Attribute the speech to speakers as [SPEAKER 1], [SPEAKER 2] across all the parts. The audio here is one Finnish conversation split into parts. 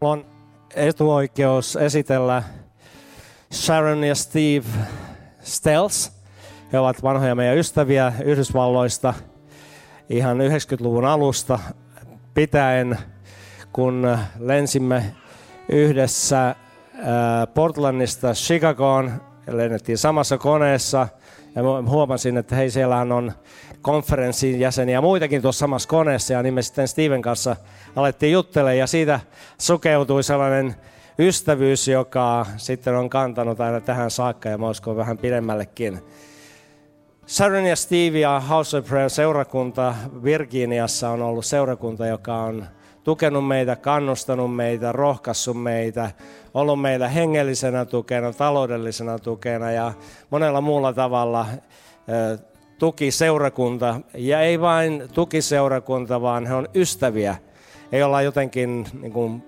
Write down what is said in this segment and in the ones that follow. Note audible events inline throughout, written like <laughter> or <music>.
[SPEAKER 1] Mulla on etuoikeus esitellä Sharon ja Steve Stels. He ovat vanhoja meidän ystäviä Yhdysvalloista ihan 90-luvun alusta pitäen, kun lensimme yhdessä ää, Portlandista Chicagoon. Lennettiin samassa koneessa ja mä huomasin, että hei, siellähän on konferenssin jäseniä muitakin tuossa samassa koneessa. Ja niin me sitten Steven kanssa alettiin juttelemaan ja siitä sukeutui sellainen ystävyys, joka sitten on kantanut aina tähän saakka ja mä uskon vähän pidemmällekin. Sharon ja Steve ja House of Prayer seurakunta Virginiassa on ollut seurakunta, joka on tukenut meitä, kannustanut meitä, rohkaissut meitä, ollut meillä hengellisenä tukena, taloudellisena tukena ja monella muulla tavalla ö, tuki seurakunta. Ja ei vain tuki seurakunta, vaan he on ystäviä. Ei olla jotenkin niin kuin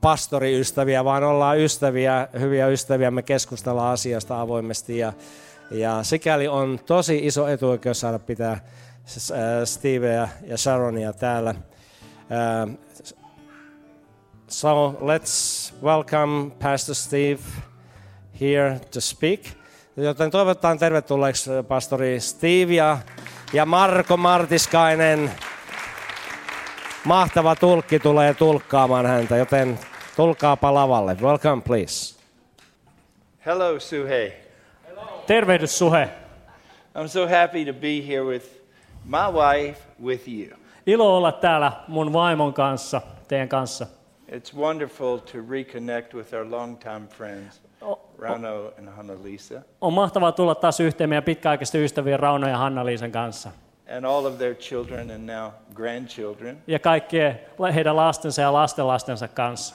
[SPEAKER 1] pastoriystäviä, vaan ollaan ystäviä, hyviä ystäviä. Me keskustellaan asiasta avoimesti ja, ja sikäli on tosi iso etuoikeus saada pitää äh, Steveä ja Sharonia täällä. Uh, so let's welcome Pastor Steve here to speak. Joten toivotan tervetulleeksi pastori Steve ja, ja Marko Martiskainen. Mahtava tulkki tulee tulkkaamaan häntä, joten tulkaapa lavalle. Welcome please.
[SPEAKER 2] Hello, Suhei.
[SPEAKER 3] Tervehdys Suhe.
[SPEAKER 2] I'm so happy to be here with my wife, with you.
[SPEAKER 3] Ilo olla täällä mun vaimon kanssa, teidän kanssa.
[SPEAKER 2] It's wonderful to reconnect with our longtime friends, Rano and Hannalisa,
[SPEAKER 3] On mahtavaa tulla taas yhteen meidän pitkäaikaisten ystävien Rauno ja Hanna-Liisan kanssa.
[SPEAKER 2] and all of their children and now grandchildren.
[SPEAKER 3] Ja kaikkien heidän lastensa ja lastenlastensa kanssa.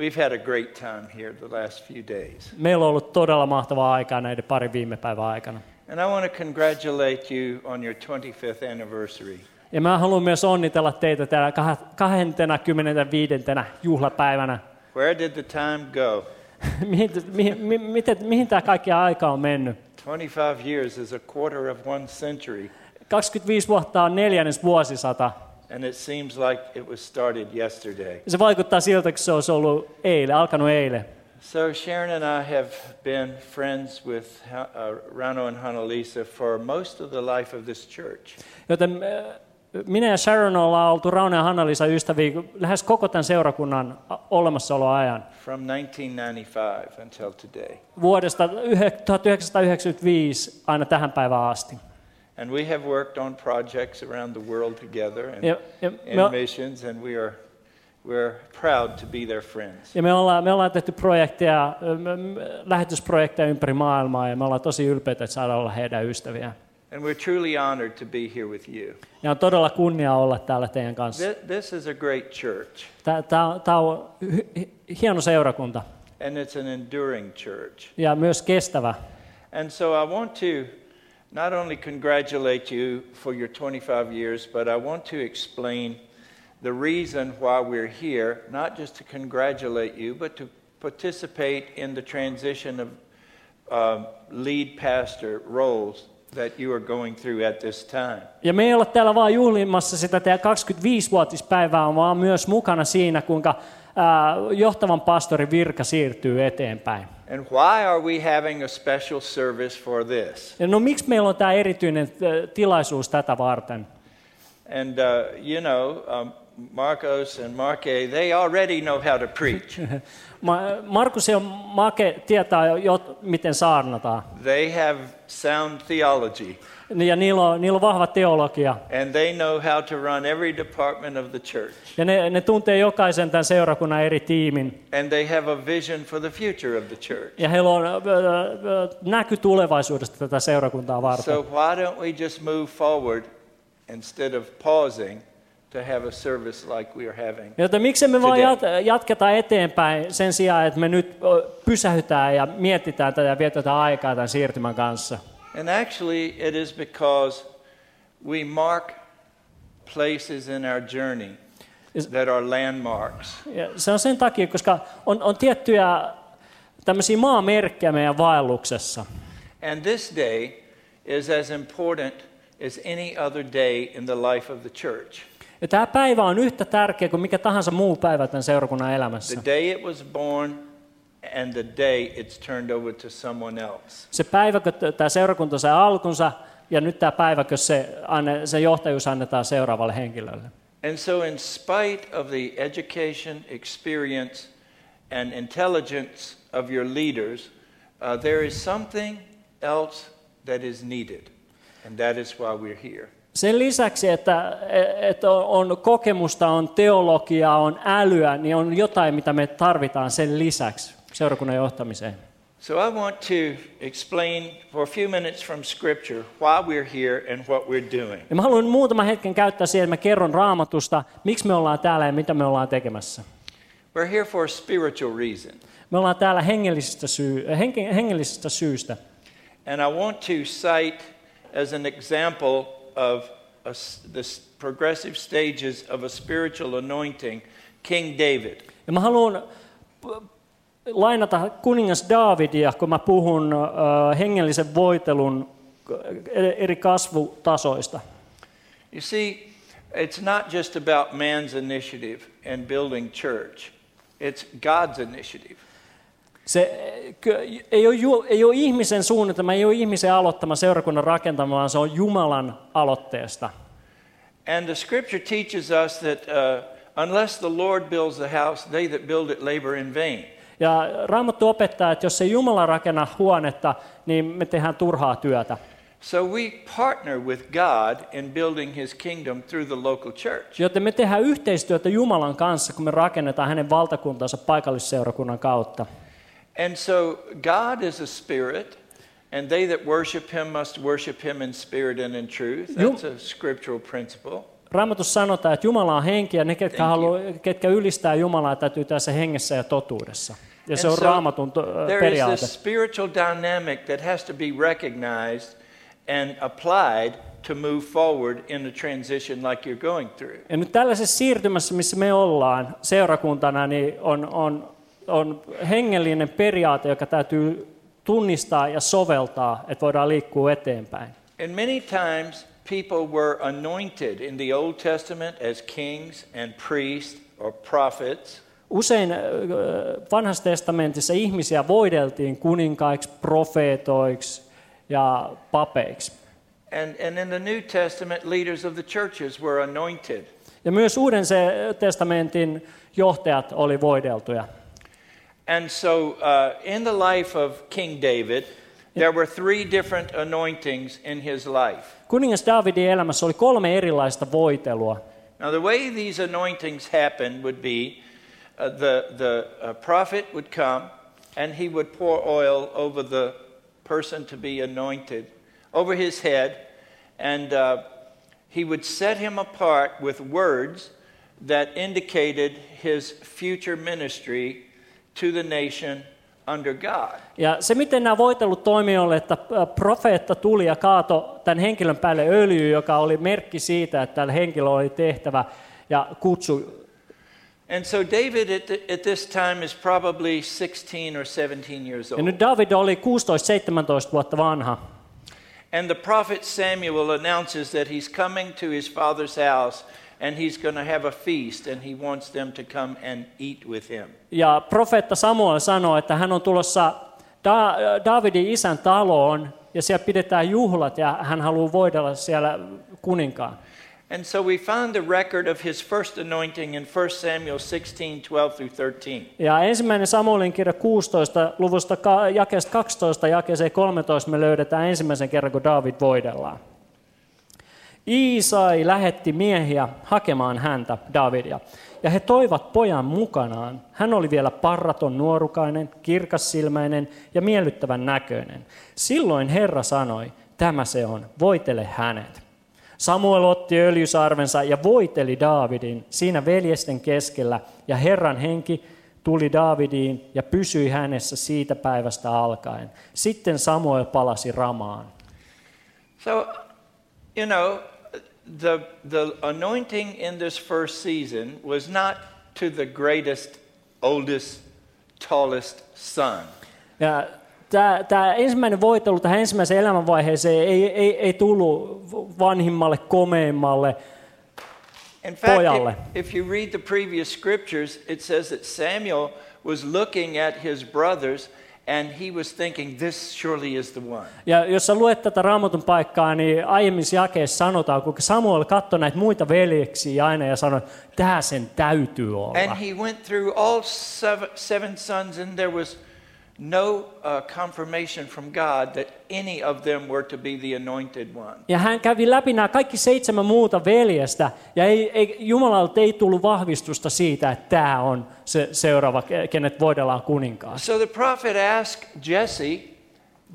[SPEAKER 2] We've had a great time here the last few days.
[SPEAKER 3] Meillä on ollut todella mahtavaa aikaa näiden parin viime päivän aikana.
[SPEAKER 2] And I want to congratulate you on your 25th anniversary.
[SPEAKER 3] Ja mä haluan myös onnitella teitä täällä kah- 25. juhlapäivänä. <laughs>
[SPEAKER 2] Where did the time go?
[SPEAKER 3] mihin, mihin, mi- miten, mihin tämä kaikki aika on mennyt?
[SPEAKER 2] 25 years is a quarter of one century,
[SPEAKER 3] 25 vuotta on neljännes vuosisata.
[SPEAKER 2] and it seems like it was started yesterday.
[SPEAKER 3] Se vaikuttaa siltä, kun se olisi ollut eilen, alkanut eilen.
[SPEAKER 2] So Sharon and I have been friends with Ha- uh, Rano and Hanalisa for most of the life of this church.
[SPEAKER 3] Joten äh, minä ja Sharon ollaan oltu Rauno ja Hanna-Liisa ystäviä lähes koko tämän seurakunnan a- olemassaoloajan.
[SPEAKER 2] from 1995 until today.
[SPEAKER 3] Vuodesta yhe- 1995 aina tähän päivään asti.
[SPEAKER 2] And we have worked on projects around the world together and
[SPEAKER 3] Ja, ja,
[SPEAKER 2] in
[SPEAKER 3] me, o-
[SPEAKER 2] missions, and we are we're proud to be their friends.
[SPEAKER 3] ja me, ollaan, me ollaan tehty projekteja, äh, m- m- lähetysprojekteja ympäri maailmaa ja me ollaan tosi ylpeitä, että saadaan olla heidän ystäviään.
[SPEAKER 2] And we're truly honored to be here with you.
[SPEAKER 3] Ja on todella kunnia olla täällä teidän kanssa.
[SPEAKER 2] This, this is a great church,
[SPEAKER 3] Tämä on hy- hi- hieno seurakunta
[SPEAKER 2] and it's an enduring church.
[SPEAKER 3] ja myös kestävä.
[SPEAKER 2] And so I want to not only congratulate you for your 25 years, but I want to explain the reason why we're here, not just to congratulate you, but to participate in the transition of um lead pastor roles that you are going through at this time.
[SPEAKER 3] Ja me ei olla täällä vaan juhlimassa sitä teidän 25-vuotispäivää, vaan myös mukana siinä, kuinka ää, johtavan pastorin virka siirtyy eteenpäin.
[SPEAKER 2] And why are we having a special service for this?
[SPEAKER 3] Ja no miksi meillä on tämä erityinen ä, tilaisuus tätä varten? <laughs>
[SPEAKER 2] And uh, you know, um, Marcos and Marque, they already know how to preach.
[SPEAKER 3] Ma- Markus ja Make tietää jo, jo miten saarnataan.
[SPEAKER 2] they have sound theology.
[SPEAKER 3] Ja niillä on, niillä on vahva teologia.
[SPEAKER 2] And they know how to run every department of the church.
[SPEAKER 3] Ja ne, ne tuntee jokaisen tämän seurakunnan eri tiimin.
[SPEAKER 2] And they have a vision for the future of the church.
[SPEAKER 3] Ja heillä on ö, ö, näky tulevaisuudesta tätä seurakuntaa varten.
[SPEAKER 2] So why don't we just move forward instead of pausing to have a service like we are having?
[SPEAKER 3] Joten miksi me vaan
[SPEAKER 2] Today.
[SPEAKER 3] jat, jatketa eteenpäin sen sijaan, että me nyt ö, pysähytään ja mietitään tätä ja vietetään aikaa tämän siirtymän kanssa.
[SPEAKER 2] And actually, it is because we mark places in our journey
[SPEAKER 3] Is-
[SPEAKER 2] that are landmarks.
[SPEAKER 3] Ja se on sen takia, koska on, on tiettyjä tämmöisiä maamerkkejä meidän vaelluksessa.
[SPEAKER 2] And this day is as important as any other day in the life of the church.
[SPEAKER 3] Ja tämä päivä on yhtä tärkeä kuin mikä tahansa muu päivä tämän seurakunnan
[SPEAKER 2] the
[SPEAKER 3] elämässä.
[SPEAKER 2] day it was born and the day it's turned over to someone else.
[SPEAKER 3] Se päivä, kun t- tämä seurakunta sai alkunsa, ja nyt tämä päivä, kun se, anne, se johtajuus annetaan seuraavalle henkilölle.
[SPEAKER 2] And so, in spite of the education, experience, and intelligence of your leaders, uh, there is something else that is needed. And that is why we're here.
[SPEAKER 3] Sen lisäksi, että, että on kokemusta, on teologiaa, on älyä, niin on jotain, mitä me tarvitaan sen lisäksi seurakunnan johtamiseen.
[SPEAKER 2] So, I want to explain for a few minutes from Scripture why we're here and what we're doing.
[SPEAKER 3] Ja mä haluan muutaman hetken käyttää siihen, että mä kerron raamatusta, miksi me ollaan täällä ja mitä me ollaan tekemässä.
[SPEAKER 2] We're here for a spiritual reason.
[SPEAKER 3] Me ollaan täällä hengellisestä, syy, henke, hengellisestä syystä.
[SPEAKER 2] And I want to cite as an example of a s the s- progressive stages of a spiritual anointing King David.
[SPEAKER 3] Ja mä haluan p- lainata kuningas Daavidia, kun mä puhun ö, hengellisen voitelun ö, eri kasvutasoista.
[SPEAKER 2] You see, it's not just about man's initiative and building church, it's God's initiative.
[SPEAKER 3] Se eh, ky- ei ole, ju- ei ole ihmisen suunnitelma, ei ole ihmisen aloittama seurakunnan rakentama, vaan se on Jumalan aloitteesta.
[SPEAKER 2] And the scripture teaches us that uh, unless the Lord builds the house, they that build it labor in vain.
[SPEAKER 3] Ja Raamattu opettaa, että jos ei Jumala rakenna huonetta, niin me tehdään turhaa työtä.
[SPEAKER 2] So we partner with God in building his kingdom through the local church.
[SPEAKER 3] Joten me tehdään yhteistyötä Jumalan kanssa, kun me rakennetaan hänen valtakuntansa paikallisseurakunnan kautta.
[SPEAKER 2] And so God is a spirit, and they that worship him must worship him in spirit and in truth.
[SPEAKER 3] Ju-
[SPEAKER 2] That's a scriptural principle.
[SPEAKER 3] Raamatussa sanotaan, että Jumala on henki ja ne, ketkä,
[SPEAKER 2] Thank you.
[SPEAKER 3] haluaa, ketkä ylistää Jumalaa, täytyy tässä hengessä ja totuudessa. Ja se
[SPEAKER 2] And
[SPEAKER 3] on
[SPEAKER 2] so
[SPEAKER 3] Raamatun to- äh,
[SPEAKER 2] There is
[SPEAKER 3] periaate.
[SPEAKER 2] this spiritual dynamic that has to be recognized and applied to move forward in a transition like you're going through.
[SPEAKER 3] Ja nyt tällaisessa siirtymässä, missä me ollaan seurakuntana, niin on, on, on hengellinen periaate, joka täytyy tunnistaa ja soveltaa, että voidaan liikkua eteenpäin.
[SPEAKER 2] And many times people were anointed in the Old Testament as kings and priests or prophets.
[SPEAKER 3] Usein äh, vanhassa testamentissa ihmisiä voideltiin kuninkaiksi, profeetoiksi ja papeiksi.
[SPEAKER 2] And, and in the New Testament, leaders of the churches were anointed.
[SPEAKER 3] Ja myös Uuden se- testamentin johtajat oli voideltuja.
[SPEAKER 2] And so, uh, in the life of King David, there were three different anointings in his life.
[SPEAKER 3] Kuningas Davidin elämässä oli kolme erilaista voitelua.
[SPEAKER 2] Now, the way these anointings happened would be uh, the, the uh, prophet would come and he would pour oil over the person to be anointed, over his head, and uh, he would set him apart with words that indicated his future ministry to the nation under God.
[SPEAKER 3] Ja se, miten nämä voitelut toimii, oli, että äh, profeetta tuli ja kaato tämän henkilön päälle öljy, joka oli merkki siitä, että tällä henkilöllä oli tehtävä ja kutsu.
[SPEAKER 2] And so David at, th- at this time is probably 16 or 17 years
[SPEAKER 3] Ja
[SPEAKER 2] old.
[SPEAKER 3] nyt David oli 16-17 vuotta vanha.
[SPEAKER 2] And the prophet Samuel announces that he's coming to his father's house and he's going to have a feast and he wants them to come and eat with him.
[SPEAKER 3] Ja profeetta Samuel sanoi, että hän on tulossa da- äh, Davidin isän taloon ja siellä pidetään juhlat ja hän haluaa voidella siellä kuninkaan.
[SPEAKER 2] And so we find the record of his first anointing in 1 Samuel 16 12 through 13.
[SPEAKER 3] Ja ensimmäinen Samuelin kirja 16, luvusta ka- jakeesta 12 jakeeseen 13 me löydetään ensimmäisen kerran, kun David voidellaan. Iisai lähetti miehiä hakemaan häntä, Davidia, ja he toivat pojan mukanaan. Hän oli vielä parraton nuorukainen, kirkassilmäinen ja miellyttävän näköinen. Silloin Herra sanoi, tämä se on, voitele hänet. Samuel otti öljysarvensa ja voiteli Daavidin siinä veljesten keskellä, ja Herran henki tuli Daavidiin ja pysyi hänessä siitä päivästä alkaen. Sitten Samuel palasi Ramaan.
[SPEAKER 2] So, you know, the, the anointing in this first season was not to the greatest, oldest, tallest son.
[SPEAKER 3] Ja tämä, tämä ensimmäinen voitelu tähän ensimmäiseen elämänvaiheeseen ei, ei, ei tullut vanhimmalle, komeimmalle,
[SPEAKER 2] In fact,
[SPEAKER 3] pojalle.
[SPEAKER 2] if, if you read the previous scriptures, it says that Samuel was looking at his brothers and he was thinking, This surely is the one.
[SPEAKER 3] Ja jos sä luet tätä raamatun paikkaa, niin aiemmissa jakeissa sanotaan, kuinka Samuel katsoi näitä muita veljeksiä aina ja sanoi, tämä sen täytyy olla.
[SPEAKER 2] And he went through all seven, seven sons, and there was no uh, confirmation from God that any of them were to be the anointed one.
[SPEAKER 3] Ja hän kävi läpi nämä kaikki seitsemän muuta veljestä, ja ei, ei, Jumalalta ei tullut vahvistusta siitä, että tämä on se seuraava, ke- kenet voidellaan kuninkaas.
[SPEAKER 2] So the prophet asked Jesse,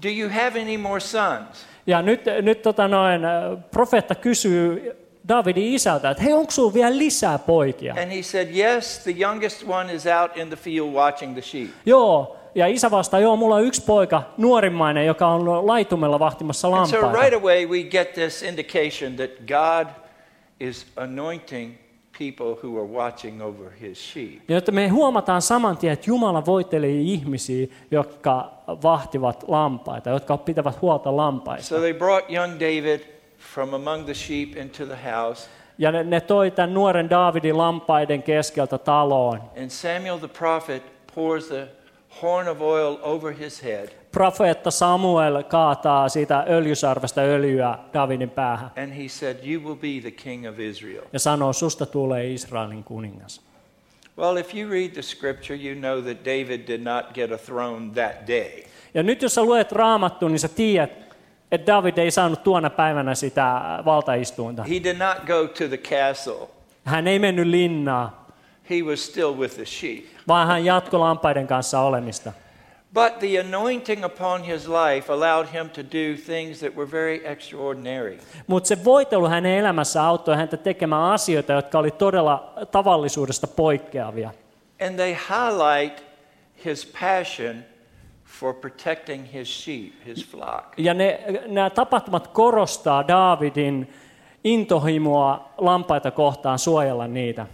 [SPEAKER 2] Do you have any more sons?
[SPEAKER 3] Ja nyt, nyt tota noin, äh, profeetta kysyy Davidin isältä, että hei, onko sulla vielä lisää poikia?
[SPEAKER 2] And he said, Yes, the youngest one is out in the field watching the sheep.
[SPEAKER 3] Joo, ja isä vastaa, joo, mulla on yksi poika, nuorimmainen, joka on laitumella vahtimassa
[SPEAKER 2] And so
[SPEAKER 3] lampaita.
[SPEAKER 2] right away we get this indication that God is anointing people who are watching over his sheep.
[SPEAKER 3] Ja jotta me huomataan saman tien, että Jumala voiteli ihmisiä, jotka vahtivat lampaita, jotka pitävät huolta lampaista.
[SPEAKER 2] So they brought young David from among the sheep into the house,
[SPEAKER 3] Ja ne, ne toi tämän nuoren Daavidin lampaiden keskeltä taloon.
[SPEAKER 2] and Samuel the prophet pours the horn of oil over his head,
[SPEAKER 3] Profeetta Samuel kaataa siitä öljysarvesta öljyä Daavidin päähän
[SPEAKER 2] and he said, You will be the king of Israel.
[SPEAKER 3] ja sanoo, susta tulee Israelin kuningas.
[SPEAKER 2] Well, if you read the scripture, you know that David did not get a throne that day.
[SPEAKER 3] Ja nyt jos sä luet raamattu, niin sä tiedät, että David ei saanut tuona päivänä sitä valtaistuinta.
[SPEAKER 2] He did not go to the castle,
[SPEAKER 3] Hän ei mennyt linnaan,
[SPEAKER 2] he was still with the sheep.
[SPEAKER 3] vaan hän jatkoi lampaiden kanssa olemista.
[SPEAKER 2] But the anointing upon his life allowed him to do things that were very extraordinary.
[SPEAKER 3] Mutta se voitelu hänen elämässä auttoi häntä tekemään asioita, jotka oli todella tavallisuudesta poikkeavia.
[SPEAKER 2] And they highlight his passion for protecting his sheep, his flock.
[SPEAKER 3] Ja ne, nämä tapahtumat korostaa Daavidin intohimoa lampaita kohtaan suojella niitä.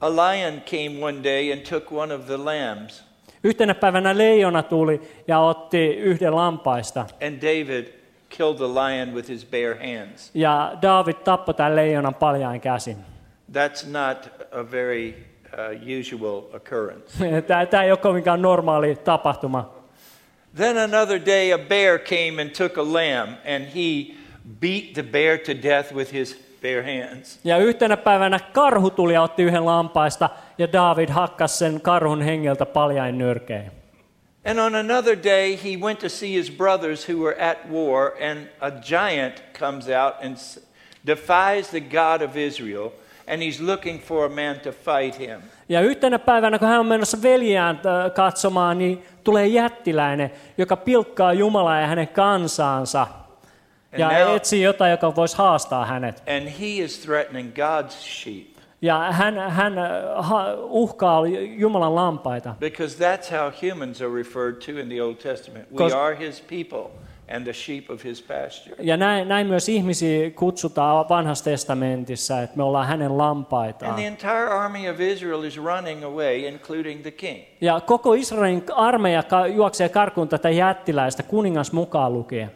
[SPEAKER 2] A lion came one day and took one of the lambs,
[SPEAKER 3] Yhtenä päivänä leijona tuli ja otti yhden lampaista.
[SPEAKER 2] and David killed the lion with his bare hands.
[SPEAKER 3] Ja Daavid tappoi tämän leijonan paljain käsin. <laughs>
[SPEAKER 2] That's not a very uh, usual occurrence.
[SPEAKER 3] Tämä, tämä ei ole kovinkaan normaali tapahtuma.
[SPEAKER 2] Then another day, a bear came and took a lamb, and he beat the bear to death with his bare hands.
[SPEAKER 3] Ja yhtenä päivänä karhu tuli ja otti yhden lampaista ja Daavid hakkasi sen karhun hengeltä paljain nyrkein.
[SPEAKER 2] And on another day, he went to see his brothers who were at war, and a giant comes out and s- defies the God of Israel, and he's looking for a man to fight him.
[SPEAKER 3] Ja yhtenä päivänä, kun hän on menossa veljään ö, katsomaan, niin tulee jättiläinen, joka pilkkaa Jumalaa ja hänen kansaansa.
[SPEAKER 2] And,
[SPEAKER 3] Ja
[SPEAKER 2] now,
[SPEAKER 3] etsii jotain, joka voisi haastaa hänet.
[SPEAKER 2] and he is threatening God's sheep
[SPEAKER 3] Ja hän, hän ö, ha- uhkaa Jumalan lampaita.
[SPEAKER 2] because that's how humans are referred to in the Old Testament. We
[SPEAKER 3] Cos-
[SPEAKER 2] are his people and the sheep of his pasture.
[SPEAKER 3] Ja näin, näin myös ihmisiä kutsutaan vanhassa testamentissa, että me ollaan hänen lampaitaan.
[SPEAKER 2] And the entire army of Israel is running away, including the king.
[SPEAKER 3] Ja koko Israelin armeija ka- juoksee karkuun tätä jättiläistä, kuningas mukaan lukien.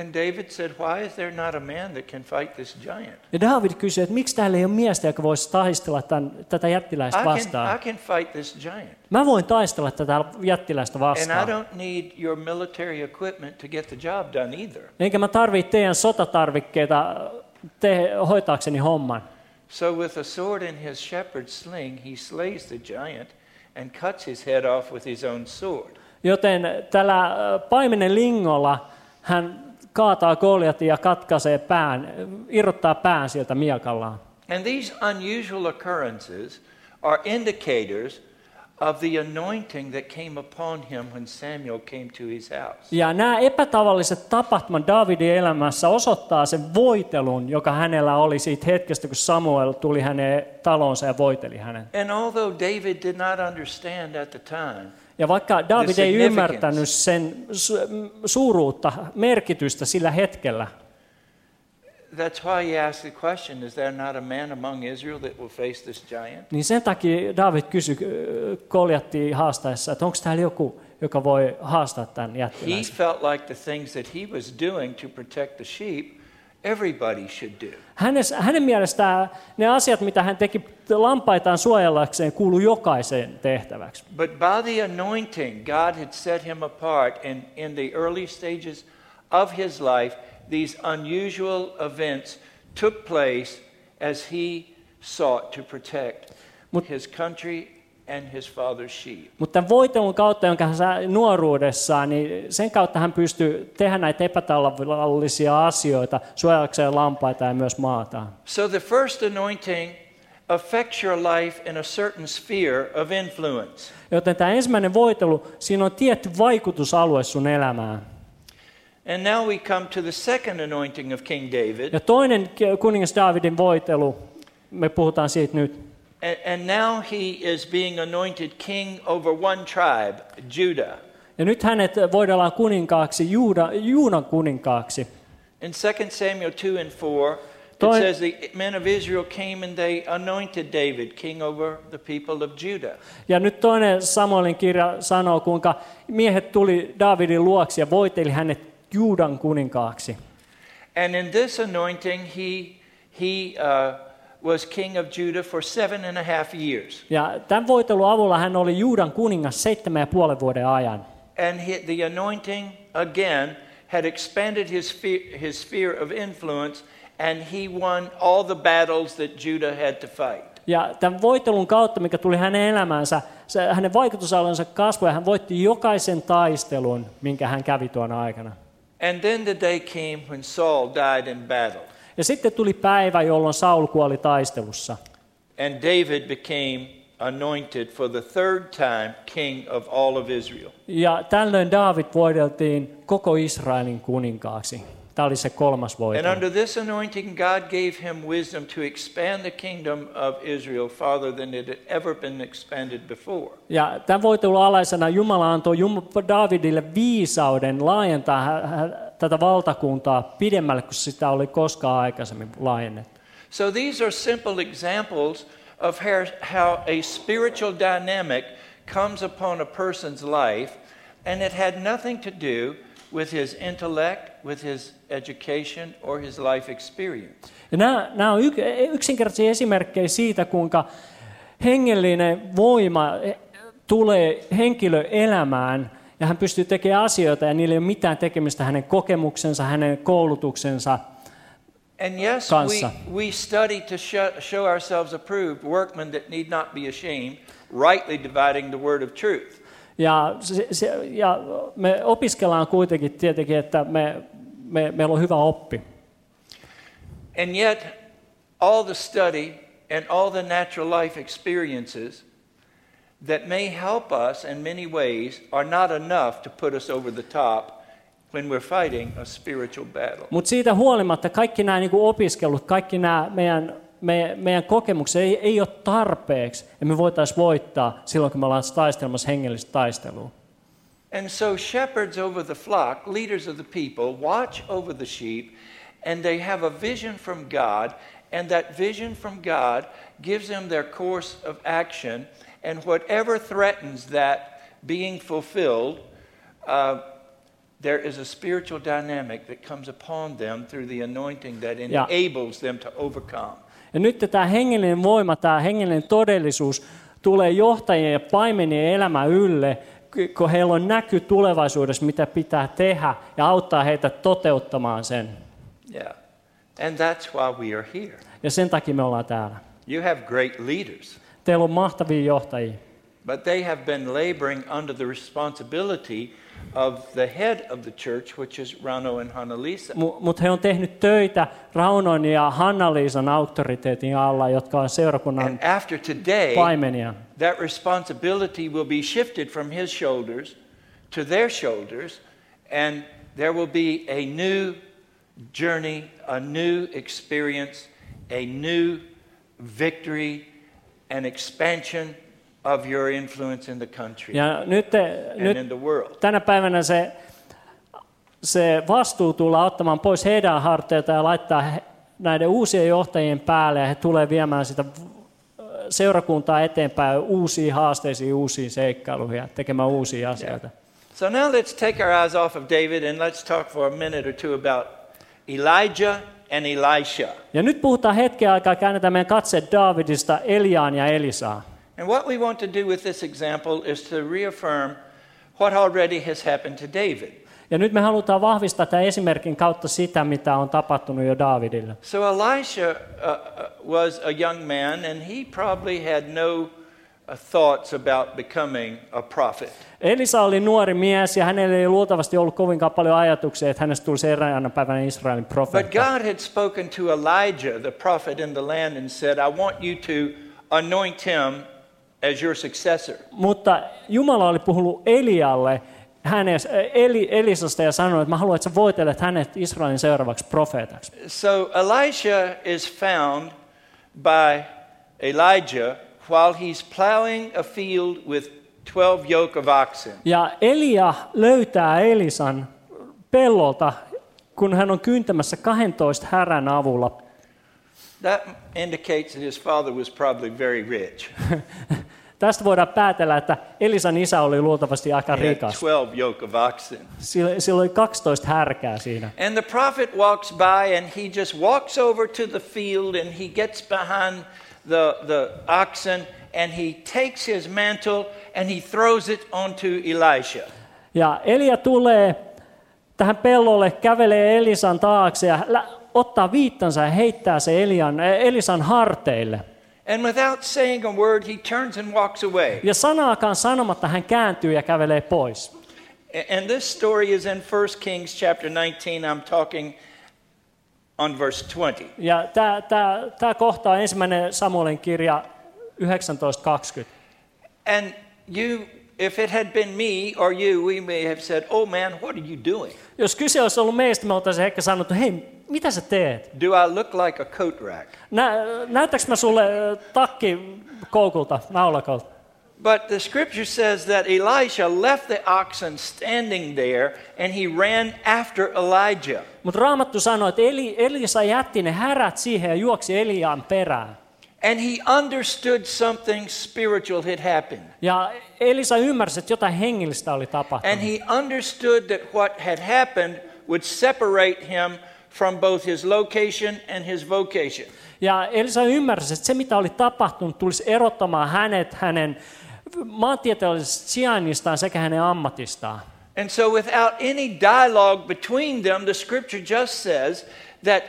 [SPEAKER 2] And David said, Why is there not a man that can fight this giant?
[SPEAKER 3] Ja David kysyy, että miksi täällä ei ole miestä, joka voisi taistella tämän, tätä jättiläistä
[SPEAKER 2] I can, I
[SPEAKER 3] vastaan.
[SPEAKER 2] can fight this giant.
[SPEAKER 3] Mä voin taistella tätä jättiläistä
[SPEAKER 2] And I
[SPEAKER 3] vastaan.
[SPEAKER 2] don't need your military equipment to get the job done either.
[SPEAKER 3] Enkä mä tarvii teidän sotatarvikkeita te, hoitaakseni homman.
[SPEAKER 2] So, with a sword in his shepherd's sling, he slays the giant and cuts his head off with his own sword.
[SPEAKER 3] Joten tällä ö, paimenen lingolla hän kaataa Goliatin ja katkaisee pään, irrottaa pään sieltä miekallaan.
[SPEAKER 2] And these unusual occurrences are indicators of the anointing that came upon him when Samuel came to his house.
[SPEAKER 3] Ja nämä epätavalliset tapahtumat Davidin elämässä osoittaa sen voitelun, joka hänellä oli siitä hetkestä, kun Samuel tuli hänen talonsa ja voiteli hänen.
[SPEAKER 2] And although David did not understand at the time,
[SPEAKER 3] Ja vaikka David
[SPEAKER 2] The
[SPEAKER 3] ei
[SPEAKER 2] significance.
[SPEAKER 3] ymmärtänyt sen su- m- suuruutta, merkitystä sillä hetkellä,
[SPEAKER 2] that's why he asked the question Is there not a man among Israel that will face this giant?
[SPEAKER 3] niin sen takia David kysyi Koljattiin haastaessa, että onko täällä joku, joka voi haastaa tämän
[SPEAKER 2] He
[SPEAKER 3] jättiläisen.
[SPEAKER 2] felt like the things that he was doing to protect the sheep everybody should do.
[SPEAKER 3] Hänes, hänen mielestään ne asiat, mitä hän teki lampaitaan suojellakseen, kuuluu jokaisen tehtäväksi.
[SPEAKER 2] But by the anointing, God had set him apart, and in the early stages of his life, these unusual events took place as he sought to protect
[SPEAKER 3] Mut-
[SPEAKER 2] his country and his father's sheep.
[SPEAKER 3] Mutta tämän voitelun kautta, jonka hän sai nuoruudessaan, niin sen kautta hän pystyy tehdä näitä epätavallisia asioita suojellakseen lampaita ja myös maataan.
[SPEAKER 2] So the first anointing affects your life in a certain sphere of influence.
[SPEAKER 3] Joten tämä ensimmäinen voitelu, siinä on tietty vaikutusalue sun elämään.
[SPEAKER 2] And now we come to the second anointing of King David.
[SPEAKER 3] Ja toinen ke- kuningas Daavidin voitelu, me puhutaan siitä nyt.
[SPEAKER 2] And, and now he is being anointed king over one tribe, Judah.
[SPEAKER 3] Ja nyt hänet voidellaan kuninkaaksi, Juuda, Juudan kuninkaaksi.
[SPEAKER 2] In 2 Samuel 2 and 4,
[SPEAKER 3] Toi-
[SPEAKER 2] it says the men of Israel came and they anointed David king over the people of Judah.
[SPEAKER 3] Ja nyt toinen Samuelin kirja sanoo, kuinka miehet tuli Daavidin luoksi ja voiteli hänet Juudan kuninkaaksi.
[SPEAKER 2] And in this anointing, he, he uh, was king of Judah for seven and a half years.
[SPEAKER 3] Ja tämän voitelun avulla hän oli Juudan kuningas seitsemän ja puolen vuoden ajan.
[SPEAKER 2] And he, the anointing, again, had expanded his sphere, his sphere of influence, and he won all the battles that Judah had to fight.
[SPEAKER 3] Ja tämän voitelun kautta, mikä tuli hänen elämäänsä, se, hänen vaikutusalueensa kasvoi ja hän voitti jokaisen taistelun, minkä hän kävi tuona aikana.
[SPEAKER 2] And then the day came when Saul died in battle,
[SPEAKER 3] Ja sitten tuli päivä, jolloin Saul kuoli taistelussa.
[SPEAKER 2] and David became anointed for the third time king of all of Israel.
[SPEAKER 3] Ja tällöin Daavid voideltiin koko Israelin kuninkaaksi. Tämä oli se kolmas
[SPEAKER 2] And
[SPEAKER 3] voitelu.
[SPEAKER 2] under this anointing, God gave him wisdom to expand the kingdom of Israel farther than it had ever been expanded before.
[SPEAKER 3] Ja tämän voitelun alaisena Jumala antoi Jum- Daavidille viisauden laajentaa hä- hä- tätä valtakuntaa pidemmälle kuin sitä oli koskaan aikaisemmin laajennettu.
[SPEAKER 2] So these are simple examples of how, how a spiritual dynamic comes upon a person's life, and it had nothing to do with his intellect, with his education, or his life experience.
[SPEAKER 3] Ja nämä, nämä on yk, yksinkertaisia esimerkkejä siitä, kuinka hengellinen voima eh, tulee henkilöelämään ja hän pystyy tekemään asioita ja niillä ei ole mitään tekemistä hänen kokemuksensa, hänen koulutuksensa.
[SPEAKER 2] And yes, we,
[SPEAKER 3] Kanssa.
[SPEAKER 2] we study to show, show ourselves approved, workmen that need not be ashamed, rightly dividing the word of truth.
[SPEAKER 3] Ja, se, se, ja me opiskellaan kuitenkin tietenkin, että me, me, meillä on hyvä oppi.
[SPEAKER 2] And yet, all the study and all the natural life experiences that may help us in many ways are not enough to put us over the top when we're fighting a spiritual battle.
[SPEAKER 3] Mutta siitä huolimatta kaikki nämä niin opiskelut, kaikki nämä meidän, me, meidän kokemukset ei, ei ole tarpeeksi, ja me voitaisiin voittaa silloin, kun me ollaan taistelemassa hengellistä taistelua.
[SPEAKER 2] And so, shepherds over the flock, leaders of the people, watch over the sheep, and they have a vision from God, and that vision from God gives them their course of action, and whatever threatens that being fulfilled, uh, there is a spiritual dynamic that comes upon them through the anointing that
[SPEAKER 3] Yeah.
[SPEAKER 2] enables them to overcome.
[SPEAKER 3] Ja nyt tämä hengellinen voima, tämä hengellinen todellisuus tulee johtajien ja paimenien elämä ylle, k- kun heillä on näky tulevaisuudessa, mitä pitää tehdä, ja auttaa heitä toteuttamaan sen.
[SPEAKER 2] Yeah. And that's why we are here.
[SPEAKER 3] Ja sen takia me ollaan täällä.
[SPEAKER 2] You have great leaders.
[SPEAKER 3] Teillä on mahtavia johtajia.
[SPEAKER 2] But they have been laboring under the responsibility of the head of the church, which is Rano and Hanalisa.
[SPEAKER 3] Mutta he on tehnyt töitä Raunon ja Hanna-Liisan auktoriteetin alla, jotka on seurakunnan
[SPEAKER 2] And after today,
[SPEAKER 3] paimenia.
[SPEAKER 2] that responsibility will be shifted from his shoulders to their shoulders, and there will be a new journey, a new experience, a new victory, an expansion of your influence in the country
[SPEAKER 3] Ja nyt, te-
[SPEAKER 2] and
[SPEAKER 3] nyt
[SPEAKER 2] in the world.
[SPEAKER 3] tänä päivänä se, se vastuu tullaan ottamaan pois heidän harteilta ja laittaa he, näiden uusien johtajien päälle ja he tulee viemään sitä v- seurakuntaa eteenpäin uusiin haasteisiin, uusiin seikkailuihin ja tekemään uusia asioita.
[SPEAKER 2] So now let's take our eyes off of David and let's talk for a minute or two about Elijah and Elisha.
[SPEAKER 3] Ja nyt puhutaan hetken aikaa, käännetään meidän katse Daavidista Eliaan ja Elisaan.
[SPEAKER 2] And what we want to do with this example is to reaffirm what already has happened to David.
[SPEAKER 3] Ja nyt me halutaan vahvistaa tämän esimerkin kautta sitä, mitä on tapahtunut jo Daavidille.
[SPEAKER 2] So Elisha uh, uh, was a young man, and he probably had no uh, thoughts about becoming a prophet.
[SPEAKER 3] Elisa oli nuori mies ja hänellä ei luultavasti ollut kovinkaan paljon ajatuksia, että hänestä tulisi eräänä päivänä Israelin
[SPEAKER 2] But
[SPEAKER 3] profeetta.
[SPEAKER 2] God had spoken to Elijah, the prophet in the land, and said, I want you to anoint him as your successor.
[SPEAKER 3] Mutta Jumala oli puhunut Elialle hänes, Eli, Elisasta ja sanonut, että mä haluan, että sä voitelet hänet Israelin seuraavaksi profeetaksi.
[SPEAKER 2] So Elisha is found by Elijah while he's plowing a field with 12 yoke of oxen.
[SPEAKER 3] Ja Elia löytää Elisan pellolta, kun hän on kyntämässä 12 härän avulla.
[SPEAKER 2] That indicates that his father was probably very rich.
[SPEAKER 3] Tästä voidaan päätellä, että Elisan isä oli luultavasti aika
[SPEAKER 2] He had
[SPEAKER 3] rikas.
[SPEAKER 2] 12 yoke of oxen.
[SPEAKER 3] Sillä, sillä oli 12 härkää siinä.
[SPEAKER 2] And the prophet walks by and he just walks over to the field and he gets behind the, the oxen and he takes his mantle and he throws it onto Elisha.
[SPEAKER 3] Ja Elia tulee tähän pellolle, kävelee Elisan taakse ja lä- ottaa viittansa ja heittää se Elian, eh, Elisan harteille.
[SPEAKER 2] And without saying a word, he turns and walks away.
[SPEAKER 3] Ja sanaakaan sanomatta hän kääntyy ja kävelee pois.
[SPEAKER 2] A- And this story is in 1 Kings chapter 19. I'm talking on verse 20.
[SPEAKER 3] Ja tämä, tämä, tämä kohta on ensimmäinen Samuelin kirja 19.20.
[SPEAKER 2] And you, if it had been me or you, we may have said, Oh man, what are you doing?
[SPEAKER 3] Jos kyse olisi ollut meistä, me oltaisiin ehkä sanottu, hei, mitä sä teet?
[SPEAKER 2] Do I look like a coat rack?
[SPEAKER 3] Nä, näytäks mä sulle äh, takki koukulta, naulakolta?
[SPEAKER 2] But the scripture says that Elisha left the oxen standing there and he ran after Elijah.
[SPEAKER 3] Mutta Raamattu sanoi, että Eli, Elisa jätti ne härät siihen ja juoksi Eliaan perään.
[SPEAKER 2] And he understood something spiritual had happened.
[SPEAKER 3] Ja Elisa ymmärsi, että jotain hengellistä oli tapahtunut.
[SPEAKER 2] And he understood that what had happened would separate him from both his location and his vocation.
[SPEAKER 3] Ja Elisa ymmärsi, että se mitä oli tapahtunut tulisi erottamaan hänet hänen maantieteellisestä sijainnistaan sekä hänen ammatistaan.
[SPEAKER 2] And so, without any dialogue between them, the scripture just says that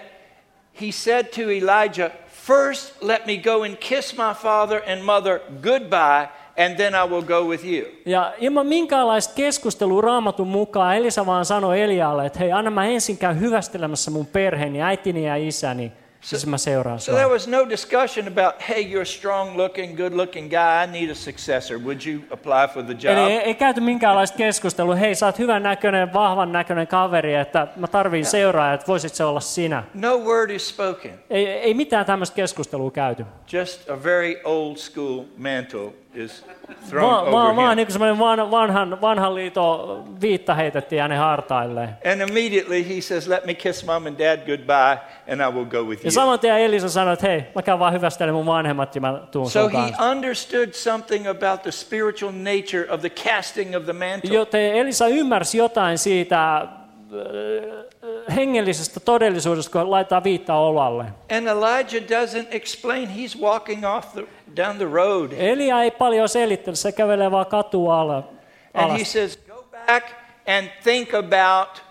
[SPEAKER 2] he said to Elijah, First, let me go and kiss my father and mother goodbye, and then I will go with you.
[SPEAKER 3] Ja ilman minkäänlaista keskustelua raamatun mukaan Elisa vaan sanoi Elialle, että hei, anna mä ensin käyn hyvästelemässä mun perheeni, äitini ja isäni, siis mä seuraan
[SPEAKER 2] So, there
[SPEAKER 3] sua.
[SPEAKER 2] was no discussion about, Hey, you're a strong looking, good looking guy. I need a successor. Would you apply for the job?
[SPEAKER 3] Eli ei, ei käyty minkäänlaista keskustelua, hei sä oot hyvän näköinen, vahvan näköinen kaveri, että mä tarviin seuraaja, että voisit se olla sinä.
[SPEAKER 2] No word is spoken,
[SPEAKER 3] Ei, ei mitään tämmöistä keskustelua käyty.
[SPEAKER 2] just a very old school mantle is thrown
[SPEAKER 3] Vaan, vaan,
[SPEAKER 2] over
[SPEAKER 3] vaan
[SPEAKER 2] him.
[SPEAKER 3] niin kuin semmoinen van, vanhan, vanhan liito viitta heitettiin hänen hartailleen.
[SPEAKER 2] And immediately he says, Let me kiss mom and dad goodbye, and I will go with
[SPEAKER 3] Ja
[SPEAKER 2] you.
[SPEAKER 3] saman tien Elisa sanoi, että hei, mä käyn vaan hyvästelen mun vanhemmat ja mä tuun
[SPEAKER 2] So
[SPEAKER 3] sun
[SPEAKER 2] he
[SPEAKER 3] kanssa.
[SPEAKER 2] understood something about the spiritual nature of the casting of the mantle.
[SPEAKER 3] Joten Elisa ymmärsi jotain siitä äh, hengellisestä todellisuudesta, kun laittaa viittaa olalle.
[SPEAKER 2] And Elijah doesn't explain. He's walking off the, down the road.
[SPEAKER 3] Elia ei paljon selittele, se kävelee vaan katua ala,
[SPEAKER 2] And he
[SPEAKER 3] alas.
[SPEAKER 2] says, Go back and think about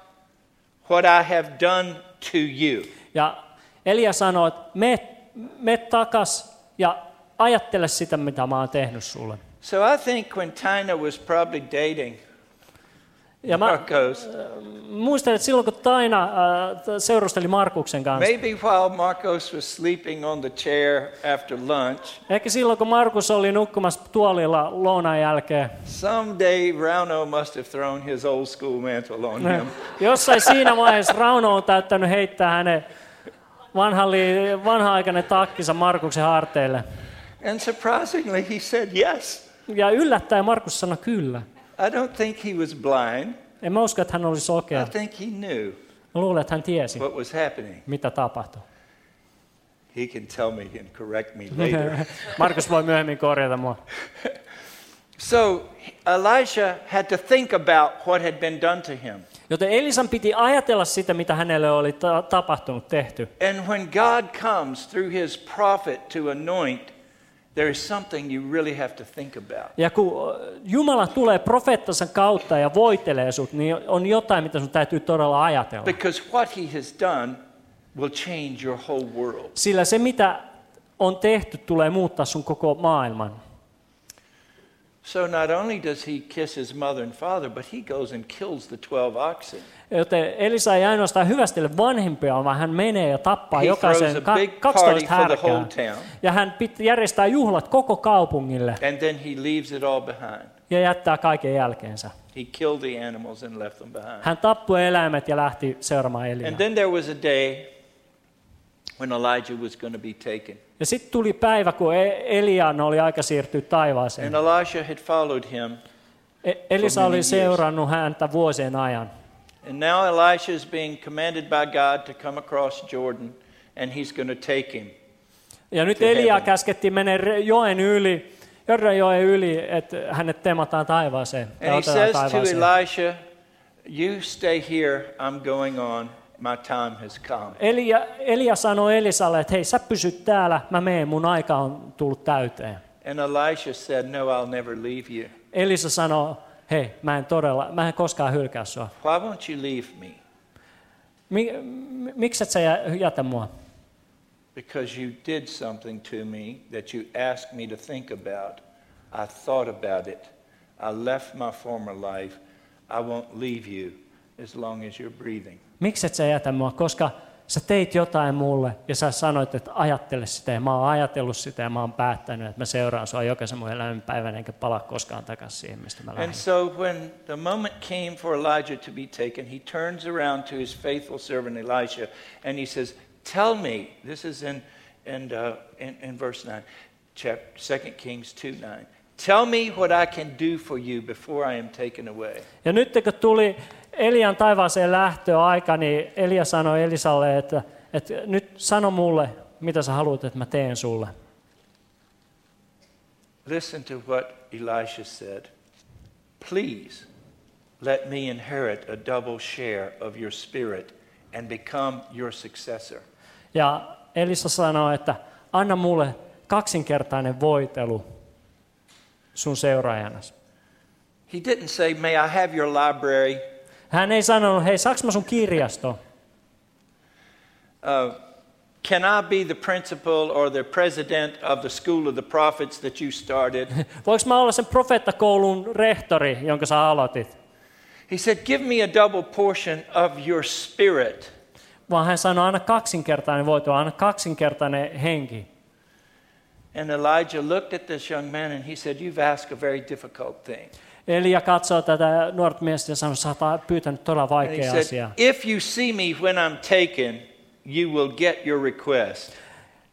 [SPEAKER 2] what I have done to you.
[SPEAKER 3] Ja Elia sanoi, että me, me takas ja ajattele sitä, mitä mä oon tehnyt sulle.
[SPEAKER 2] So I think Quintina was probably dating
[SPEAKER 3] Ja mä,
[SPEAKER 2] Marcos.
[SPEAKER 3] Muistan, että silloin kun Taina äh, t- seurusteli Markuksen kanssa,
[SPEAKER 2] Maybe while Marcos was sleeping on the chair after lunch,
[SPEAKER 3] ehkä silloin kun Markus oli nukkumassa tuolilla lounaan jälkeen,
[SPEAKER 2] someday Rauno must have thrown his old school mantle on him.
[SPEAKER 3] <laughs> jossain siinä vaiheessa Rauno on täyttänyt heittää hänen vanhan, li- vanha-aikainen takkinsa Markuksen harteille.
[SPEAKER 2] And surprisingly, he said yes.
[SPEAKER 3] Ja yllättäen Markus sanoi kyllä.
[SPEAKER 2] I don't think he was blind.
[SPEAKER 3] En mä usko, että hän oli
[SPEAKER 2] I
[SPEAKER 3] sokea.
[SPEAKER 2] think he knew
[SPEAKER 3] Mä luulen, että hän tiesi,
[SPEAKER 2] what was happening.
[SPEAKER 3] mitä tapahtui.
[SPEAKER 2] He can tell me and correct me later.
[SPEAKER 3] Markus voi myöhemmin korjata mua.
[SPEAKER 2] so Elisha had to think about what had been done to him.
[SPEAKER 3] Joten Elisan piti ajatella sitä, mitä hänelle oli ta- tapahtunut tehty.
[SPEAKER 2] And when God comes through his prophet to anoint, there is something you really have to think about.
[SPEAKER 3] Ja kun ö, Jumala tulee profeettansa kautta ja voitelee sut, niin on jotain, mitä sun täytyy todella ajatella.
[SPEAKER 2] Because what he has done will change your whole world.
[SPEAKER 3] Sillä se, mitä on tehty, tulee muuttaa sun koko maailman.
[SPEAKER 2] So not only does he kiss his mother and father, but he goes and kills the 12 oxen.
[SPEAKER 3] Joten Elisa ei ainoastaan hyvästele vanhempia, vaan hän menee ja tappaa
[SPEAKER 2] He
[SPEAKER 3] jokaisen
[SPEAKER 2] throws a
[SPEAKER 3] ka-
[SPEAKER 2] big
[SPEAKER 3] 12
[SPEAKER 2] party for the whole
[SPEAKER 3] härkää.
[SPEAKER 2] town.
[SPEAKER 3] Ja hän pit- järjestää juhlat koko kaupungille
[SPEAKER 2] And then he leaves it all behind.
[SPEAKER 3] ja jättää kaiken jälkeensä.
[SPEAKER 2] He killed the animals and left them behind.
[SPEAKER 3] Hän tappoi eläimet ja lähti seuraamaan Elinaa.
[SPEAKER 2] And then there was a day when Elijah was going to be taken.
[SPEAKER 3] Ja sitten tuli päivä, kun E- Elian oli aika siirtyä taivaaseen.
[SPEAKER 2] And Elisha had followed him.
[SPEAKER 3] E- Elisa
[SPEAKER 2] for
[SPEAKER 3] oli
[SPEAKER 2] many
[SPEAKER 3] seurannut häntä vuosien ajan.
[SPEAKER 2] And now Elisha is being commanded by God to come across Jordan, and he's going to take him.
[SPEAKER 3] Ja nyt
[SPEAKER 2] To
[SPEAKER 3] Elia
[SPEAKER 2] heaven.
[SPEAKER 3] käskettiin mennä re- joen yli, Jordanjoen yli, että hänet temataan taivaaseen. tai
[SPEAKER 2] And he
[SPEAKER 3] otetaan
[SPEAKER 2] says to
[SPEAKER 3] taivaaseen.
[SPEAKER 2] Elisha, You stay here, I'm going on, my time has come.
[SPEAKER 3] Elia, Elia sanoi Elisalle, että hei, sä pysy täällä, mä meen, mun aika on tullut täyteen.
[SPEAKER 2] And Elisha said, No, I'll never leave you.
[SPEAKER 3] Elisa sanoi, hei, mä en todella, mä en koskaan hylkää sua.
[SPEAKER 2] Why won't you leave me?
[SPEAKER 3] Mi, mi- miksi et sä jä- jätä mua?
[SPEAKER 2] Because you did something to me that you asked me to think about. I thought about it. I left my former life. I won't leave you as long as you're breathing.
[SPEAKER 3] Miksi et sä jätä mua? Koska sä teit jotain mulle ja sä sanoit, että ajattele sitä ja mä oon ajatellut sitä ja mä oon päättänyt, että mä seuraan sua jokaisen mun elämän päivän enkä palaa koskaan takaisin siihen, mistä mä lähdin.
[SPEAKER 2] And so when the moment came for Elijah to be taken, he turns around to his faithful servant Elisha and he says, Tell me, this is in, in, uh, in, in verse 9, chapter, 2 Kings 2 9. Tell me what I can do for you before I am taken away.
[SPEAKER 3] Ja nyt kun tuli Elian taivaaseen lähtöaika, niin Elia sanoi Elisalle, että, että nyt sano mulle, mitä sä haluat, että mä teen sulle.
[SPEAKER 2] Listen to what Elisha said. Please let me inherit a double share of your spirit and become your successor.
[SPEAKER 3] Ja Elisa sanoi, että anna mulle kaksinkertainen voitelu sun seuraajanasi.
[SPEAKER 2] He didn't say, May I have your library?
[SPEAKER 3] Hän ei sanonut, hei, saaks mä sun kirjasto?
[SPEAKER 2] Uh, can I be the principal or the president of the school of the prophets that you started?
[SPEAKER 3] Voinko mä olla sen profeettakoulun rehtori, jonka sä aloitit?
[SPEAKER 2] he said, Give me a double portion of your spirit.
[SPEAKER 3] Vaan hän sanoi, anna kaksinkertainen voitelu, anna kaksinkertainen henki.
[SPEAKER 2] And Elijah looked at this young man and he said, You've asked a very difficult thing.
[SPEAKER 3] Elia katsoo tätä nuorta miestä ja sanoo, sä oot pyytänyt todella
[SPEAKER 2] And he
[SPEAKER 3] vaikeaa asiaa.
[SPEAKER 2] said, If you see me when I'm taken, you will get your request.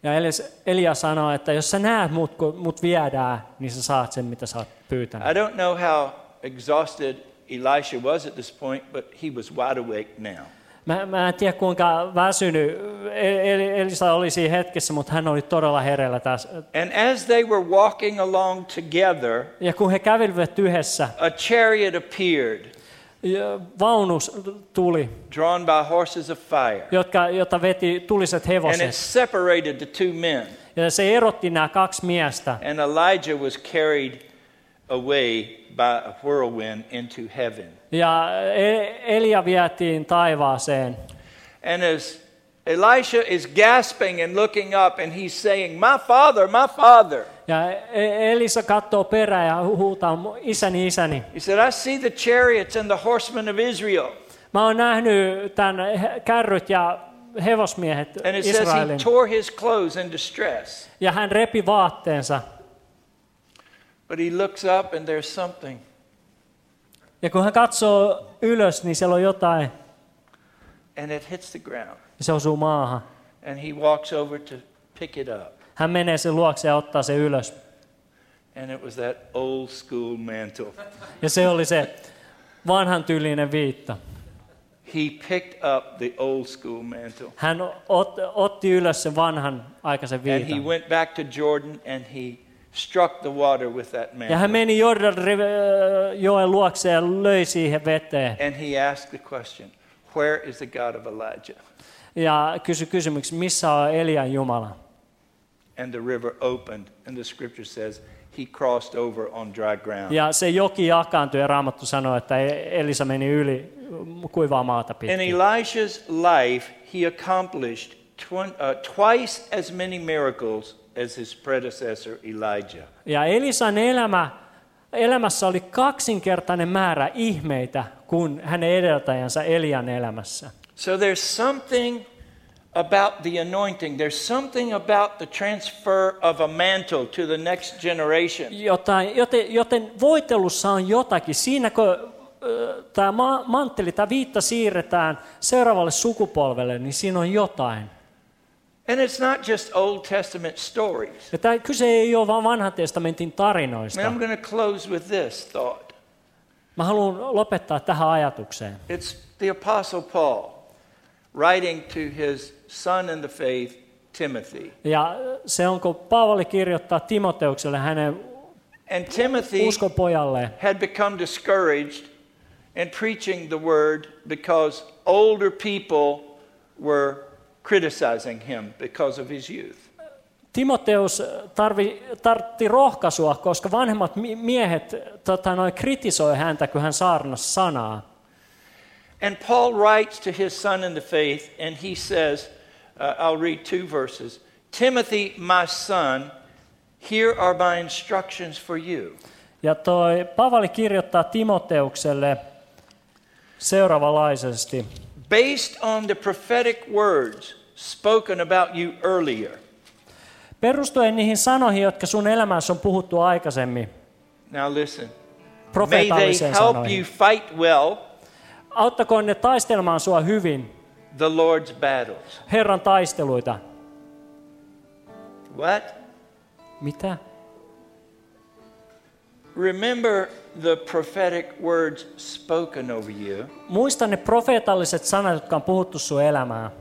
[SPEAKER 3] Ja Elis- Elia sanoo, että jos sä näet mut, kun mut viedään, niin sä saat sen, mitä sä oot pyytänyt.
[SPEAKER 2] I don't know how exhausted Elisha was at this point, but he was wide awake now.
[SPEAKER 3] Mä, mä en tiedä kuinka väsynyt El- El- Elisa oli siinä hetkessä, mutta hän oli todella hereillä tässä.
[SPEAKER 2] And as they were walking along together,
[SPEAKER 3] Ja kun he kävelivät yhdessä,
[SPEAKER 2] a chariot appeared,
[SPEAKER 3] ja vaunus tuli,
[SPEAKER 2] drawn by horses of fire,
[SPEAKER 3] jotka, jota veti tuliset
[SPEAKER 2] and it
[SPEAKER 3] hevoset.
[SPEAKER 2] separated the two men.
[SPEAKER 3] Ja se erotti nämä kaksi miestä.
[SPEAKER 2] And Elijah was carried away by a whirlwind into heaven.
[SPEAKER 3] Ja E- Elia vietiin taivaaseen.
[SPEAKER 2] And as Elisha is gasping and looking up, and he's saying, My father, my father.
[SPEAKER 3] Ja E- Elisa katsoo perään ja hu- huutaa, "Mu- isäni, isäni.
[SPEAKER 2] He said, I see the chariots and the horsemen of Israel.
[SPEAKER 3] Mä oon nähnyt tämän kärryt ja hevosmiehet
[SPEAKER 2] And it says
[SPEAKER 3] Israelin.
[SPEAKER 2] he tore his clothes in distress.
[SPEAKER 3] Ja hän repi vaatteensa.
[SPEAKER 2] But he looks up, and there's something.
[SPEAKER 3] Ja kun hän katsoo ylös, niin siellä on jotain.
[SPEAKER 2] And it hits the ground.
[SPEAKER 3] Ja se osuu maahan.
[SPEAKER 2] And he walks over to pick it up.
[SPEAKER 3] Hän menee sen luokse ja ottaa sen ylös.
[SPEAKER 2] And it was that old school mantle.
[SPEAKER 3] Ja se oli se vanhan tyylinen viitta.
[SPEAKER 2] He picked up the old school mantle.
[SPEAKER 3] Hän ot, otti ylös sen vanhan aikaisen
[SPEAKER 2] And he
[SPEAKER 3] viitan.
[SPEAKER 2] went back to Jordan and he struck the water with that
[SPEAKER 3] Ja hän
[SPEAKER 2] man.
[SPEAKER 3] meni Jordan rive- joen luokse ja löi siihen veteen.
[SPEAKER 2] And he asked the question, Where is the God of Elijah?
[SPEAKER 3] Ja kysyi kysymyksen, missä on Elian Jumala?
[SPEAKER 2] And the river opened, and the scripture says he crossed over on dry ground.
[SPEAKER 3] Ja se joki jakaantui ja Raamattu sanoi, että E- Elisa meni yli kuivaa maata
[SPEAKER 2] In
[SPEAKER 3] pitkin.
[SPEAKER 2] Elisha's life, he accomplished twen- uh, twice as many miracles as his predecessor Elijah.
[SPEAKER 3] Ja Elisan elämä, elämässä oli kaksinkertainen määrä ihmeitä kuin hänen edeltäjänsä Elian elämässä.
[SPEAKER 2] So there's something about the anointing, there's something about the transfer of a mantle to the next generation.
[SPEAKER 3] Jotain, joten, joten voitelussa on jotakin. Siinä kun tämä ma- mantteli, tämä viitta siirretään seuraavalle sukupolvelle, niin siinä on jotain.
[SPEAKER 2] And it's not just Old Testament stories.
[SPEAKER 3] Ja tämä kyse ei ole vain vanhan testamentin tarinoista.
[SPEAKER 2] And I'm going to close with this thought.
[SPEAKER 3] Mä haluan lopettaa tähän ajatukseen.
[SPEAKER 2] It's the Apostle Paul writing to his son in the faith, Timothy.
[SPEAKER 3] Ja äh, se on, kun Paavali kirjoittaa Timoteukselle hänen
[SPEAKER 2] And Timothy
[SPEAKER 3] uskopojalleen.
[SPEAKER 2] had become discouraged in preaching the word because older people were criticizing him because of his youth.
[SPEAKER 3] Timoteus äh, tarvi, tartti rohkaisua, koska vanhemmat mi- miehet tota, noin, kritisoi häntä, kun hän saarnasi sanaa.
[SPEAKER 2] And Paul writes to his son in the faith, and he says, uh, I'll read two verses Timothy, my son, here are my instructions for you.
[SPEAKER 3] Ja toi Paavali kirjoittaa Timoteukselle seuraavanlaisesti.
[SPEAKER 2] Based on the prophetic words spoken about you earlier.
[SPEAKER 3] Perustuen niihin sanoihin, jotka sun elämässä on puhuttu aikaisemmin,
[SPEAKER 2] Now listen. May they
[SPEAKER 3] profeetalliseen
[SPEAKER 2] help you
[SPEAKER 3] sanoihin.
[SPEAKER 2] fight well
[SPEAKER 3] Auttakoon ne taistelemaan sua hyvin,
[SPEAKER 2] the Lord's battles.
[SPEAKER 3] Herran taisteluita.
[SPEAKER 2] What?
[SPEAKER 3] Mitä?
[SPEAKER 2] Remember the prophetic words spoken over you.
[SPEAKER 3] Muista ne profeetalliset sanat, jotka on puhuttu sun elämään.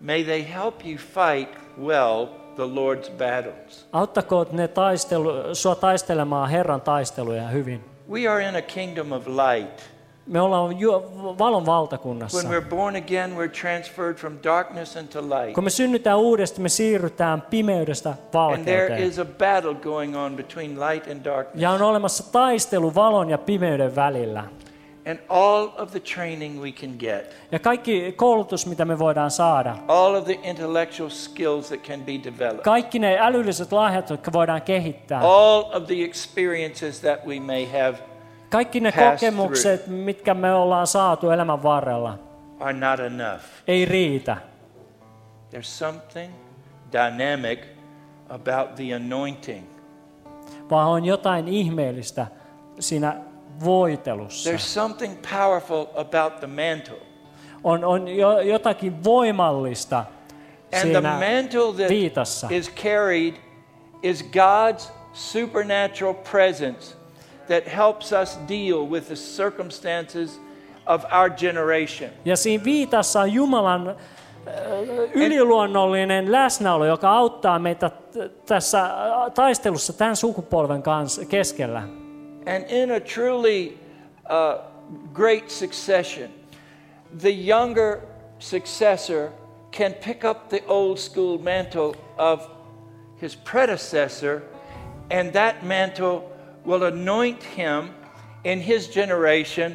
[SPEAKER 2] May they help you fight well the Lord's battles.
[SPEAKER 3] Auttakoon ne taistelu, sua taistelemaan Herran taisteluja hyvin.
[SPEAKER 2] We are in a kingdom of light.
[SPEAKER 3] Me ollaan ju- valon
[SPEAKER 2] When
[SPEAKER 3] valtakunnassa.
[SPEAKER 2] we're born again, we're transferred from darkness into light.
[SPEAKER 3] Kun me synnytään uudesti, me siirrytään pimeydestä
[SPEAKER 2] And there
[SPEAKER 3] valkeuteen.
[SPEAKER 2] is a battle going on between light and darkness.
[SPEAKER 3] Ja on olemassa taistelu valon ja pimeyden välillä.
[SPEAKER 2] And all of the training we can get,
[SPEAKER 3] Ja kaikki koulutus, mitä me voidaan saada,
[SPEAKER 2] all of the intellectual skills that can be developed,
[SPEAKER 3] kaikki ne älylliset lahjat, jotka voidaan kehittää,
[SPEAKER 2] all of the experiences that we may have
[SPEAKER 3] kaikki ne
[SPEAKER 2] Pass
[SPEAKER 3] kokemukset, mitkä me ollaan saatu elämän varrella,
[SPEAKER 2] are not enough.
[SPEAKER 3] ei riitä.
[SPEAKER 2] There's something dynamic about the anointing.
[SPEAKER 3] vaan on jotain ihmeellistä siinä voitelussa.
[SPEAKER 2] There's something powerful about the mantle.
[SPEAKER 3] On, on jo, jotakin voimallista
[SPEAKER 2] And the
[SPEAKER 3] siinä
[SPEAKER 2] mantle that
[SPEAKER 3] viitassa.
[SPEAKER 2] is carried is God's supernatural presence that helps us deal with the circumstances of our generation.
[SPEAKER 3] Ja siinä viitassa on Jumalan äh, yliluonnollinen läsnäolo, joka auttaa meitä t- tässä äh, taistelussa tämän sukupolven kanssa keskellä.
[SPEAKER 2] And in a truly uh, great succession, the younger successor can pick up the old school mantle of his predecessor, and that mantle will anoint him in his generation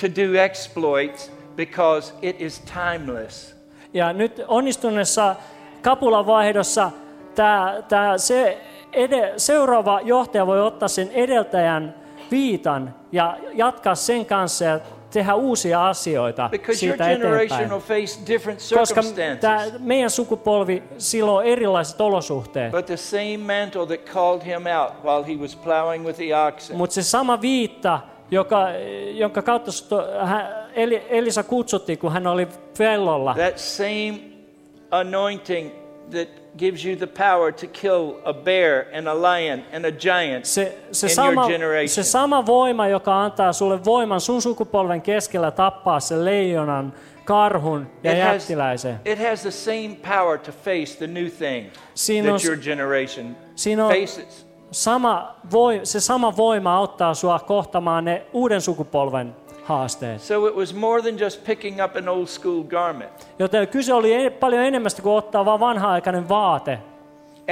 [SPEAKER 2] to do exploits because it is timeless.
[SPEAKER 3] Ja nyt onnistuneessa kapulavaihdossa tämä, tämä se ede, seuraava johtaja voi ottaa sen edeltäjän viitan ja jatkaa sen kanssa ja tehdä uusia asioita
[SPEAKER 2] Because your
[SPEAKER 3] siitä
[SPEAKER 2] generation
[SPEAKER 3] eteenpäin.
[SPEAKER 2] will face different
[SPEAKER 3] Koska tämä,
[SPEAKER 2] circumstances.
[SPEAKER 3] meidän sukupolvi silloin on erilaiset olosuhteet,
[SPEAKER 2] But the same mantle that called him out while he was plowing with the oxen
[SPEAKER 3] mutta se sama viitta, joka, jonka kautta sut- hän, Eli- Elisa kutsuttiin, kun hän oli pellolla,
[SPEAKER 2] That same anointing that gives you the power to kill a bear and a lion and a giant
[SPEAKER 3] Se, se,
[SPEAKER 2] in
[SPEAKER 3] sama,
[SPEAKER 2] your generation.
[SPEAKER 3] se sama voima, joka antaa sulle voiman sun sukupolven keskellä tappaa sen leijonan, karhun ja
[SPEAKER 2] it, has,
[SPEAKER 3] jättiläisen.
[SPEAKER 2] it has the same power to face the new thing
[SPEAKER 3] Siinä on
[SPEAKER 2] that
[SPEAKER 3] s-
[SPEAKER 2] your generation
[SPEAKER 3] Siinä on
[SPEAKER 2] faces.
[SPEAKER 3] sama voi, se sama voima auttaa sua kohtamaan ne uuden sukupolven haasteet.
[SPEAKER 2] So it was more than just picking up an old school garment.
[SPEAKER 3] Joten kyse oli en- paljon enemmästä kuin ottaa vaan vanha-aikainen vaate.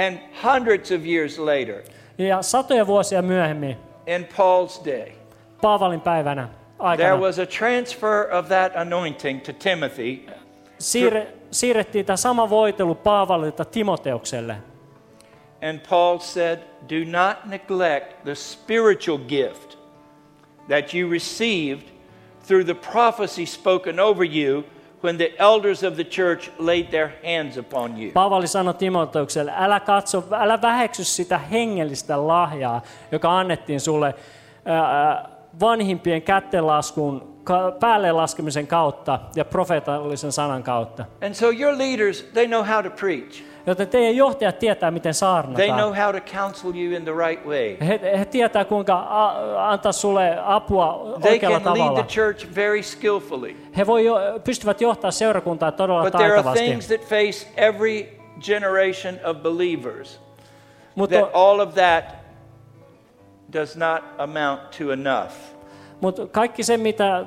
[SPEAKER 2] And hundreds of years later,
[SPEAKER 3] Ja satoja vuosia myöhemmin,
[SPEAKER 2] in Paul's day,
[SPEAKER 3] Paavalin päivänä
[SPEAKER 2] there
[SPEAKER 3] aikana,
[SPEAKER 2] was a transfer of that anointing to Timothy,
[SPEAKER 3] siirre, siirrettiin tämä sama voitelu Paavalilta Timoteukselle.
[SPEAKER 2] and Paul said, Do not neglect the spiritual gift that you received through the prophecy spoken over you when the elders of the church laid their hands upon you.
[SPEAKER 3] Paavali sanoi Timoteukselle, älä, katso, älä väheksy sitä hengellistä lahjaa, joka annettiin sulle ää, vanhimpien kättenlaskun ka- päälle laskemisen kautta ja profeetallisen sanan kautta.
[SPEAKER 2] And so your leaders, they know how to preach.
[SPEAKER 3] Joten teidän johtajat tietää, miten
[SPEAKER 2] They know
[SPEAKER 3] saarnataan.
[SPEAKER 2] how to counsel you in the right way.
[SPEAKER 3] He, he tietää, kuinka a, antaa sulle apua
[SPEAKER 2] They
[SPEAKER 3] oikealla
[SPEAKER 2] can lead the
[SPEAKER 3] tavalla.
[SPEAKER 2] church very skillfully.
[SPEAKER 3] He voi jo, pystyvät johtaa seurakuntaa todella
[SPEAKER 2] But there are
[SPEAKER 3] taitavasti.
[SPEAKER 2] things that face every generation of believers
[SPEAKER 3] Mutta
[SPEAKER 2] that all of that does not amount to enough.
[SPEAKER 3] Mutta kaikki se, mitä, äh,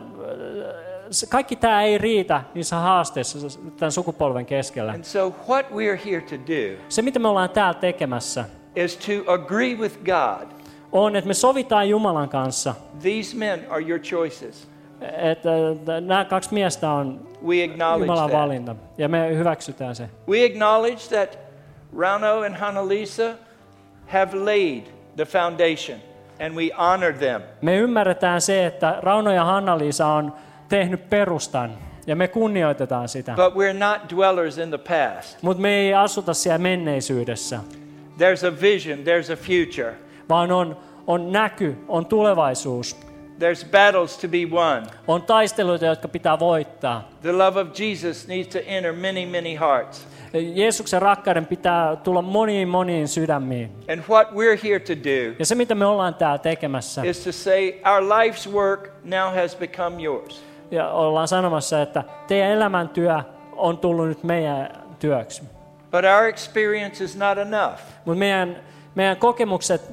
[SPEAKER 3] se- kaikki tämä ei riitä niissä haasteissa s- tämän sukupolven keskellä.
[SPEAKER 2] And so, what we're here to do
[SPEAKER 3] Se, mitä me ollaan täällä tekemässä,
[SPEAKER 2] is to agree with God.
[SPEAKER 3] on, että me sovitaan Jumalan kanssa,
[SPEAKER 2] These men are your choices.
[SPEAKER 3] että äh, nämä kaksi miestä on
[SPEAKER 2] We acknowledge
[SPEAKER 3] Jumalan
[SPEAKER 2] that.
[SPEAKER 3] valinta, ja me hyväksytään se.
[SPEAKER 2] We acknowledge that Rano and Hanalisa have laid the foundation, and we honor them.
[SPEAKER 3] Me ymmärretään se, että Rauno ja Hanna-Liisa on tehnyt perustan, ja me kunnioitetaan sitä.
[SPEAKER 2] But we're not dwellers in the past.
[SPEAKER 3] Mutta me ei asuta siellä menneisyydessä,
[SPEAKER 2] There's a vision, there's a future,
[SPEAKER 3] vaan on, on näky, on tulevaisuus,
[SPEAKER 2] there's battles to be won.
[SPEAKER 3] on taisteluita, jotka pitää voittaa.
[SPEAKER 2] The love of Jesus needs to enter many, many hearts.
[SPEAKER 3] Jeesuksen rakkauden pitää tulla moniin moniin sydämiin.
[SPEAKER 2] And what we're here to do
[SPEAKER 3] Ja se, mitä me ollaan täällä tekemässä,
[SPEAKER 2] is to say, our life's work now has become yours.
[SPEAKER 3] ja ollaan sanomassa, että teidän elämäntyö on tullut nyt meidän työksi.
[SPEAKER 2] But our experience is not enough.
[SPEAKER 3] Mutta meidän, meidän kokemukset,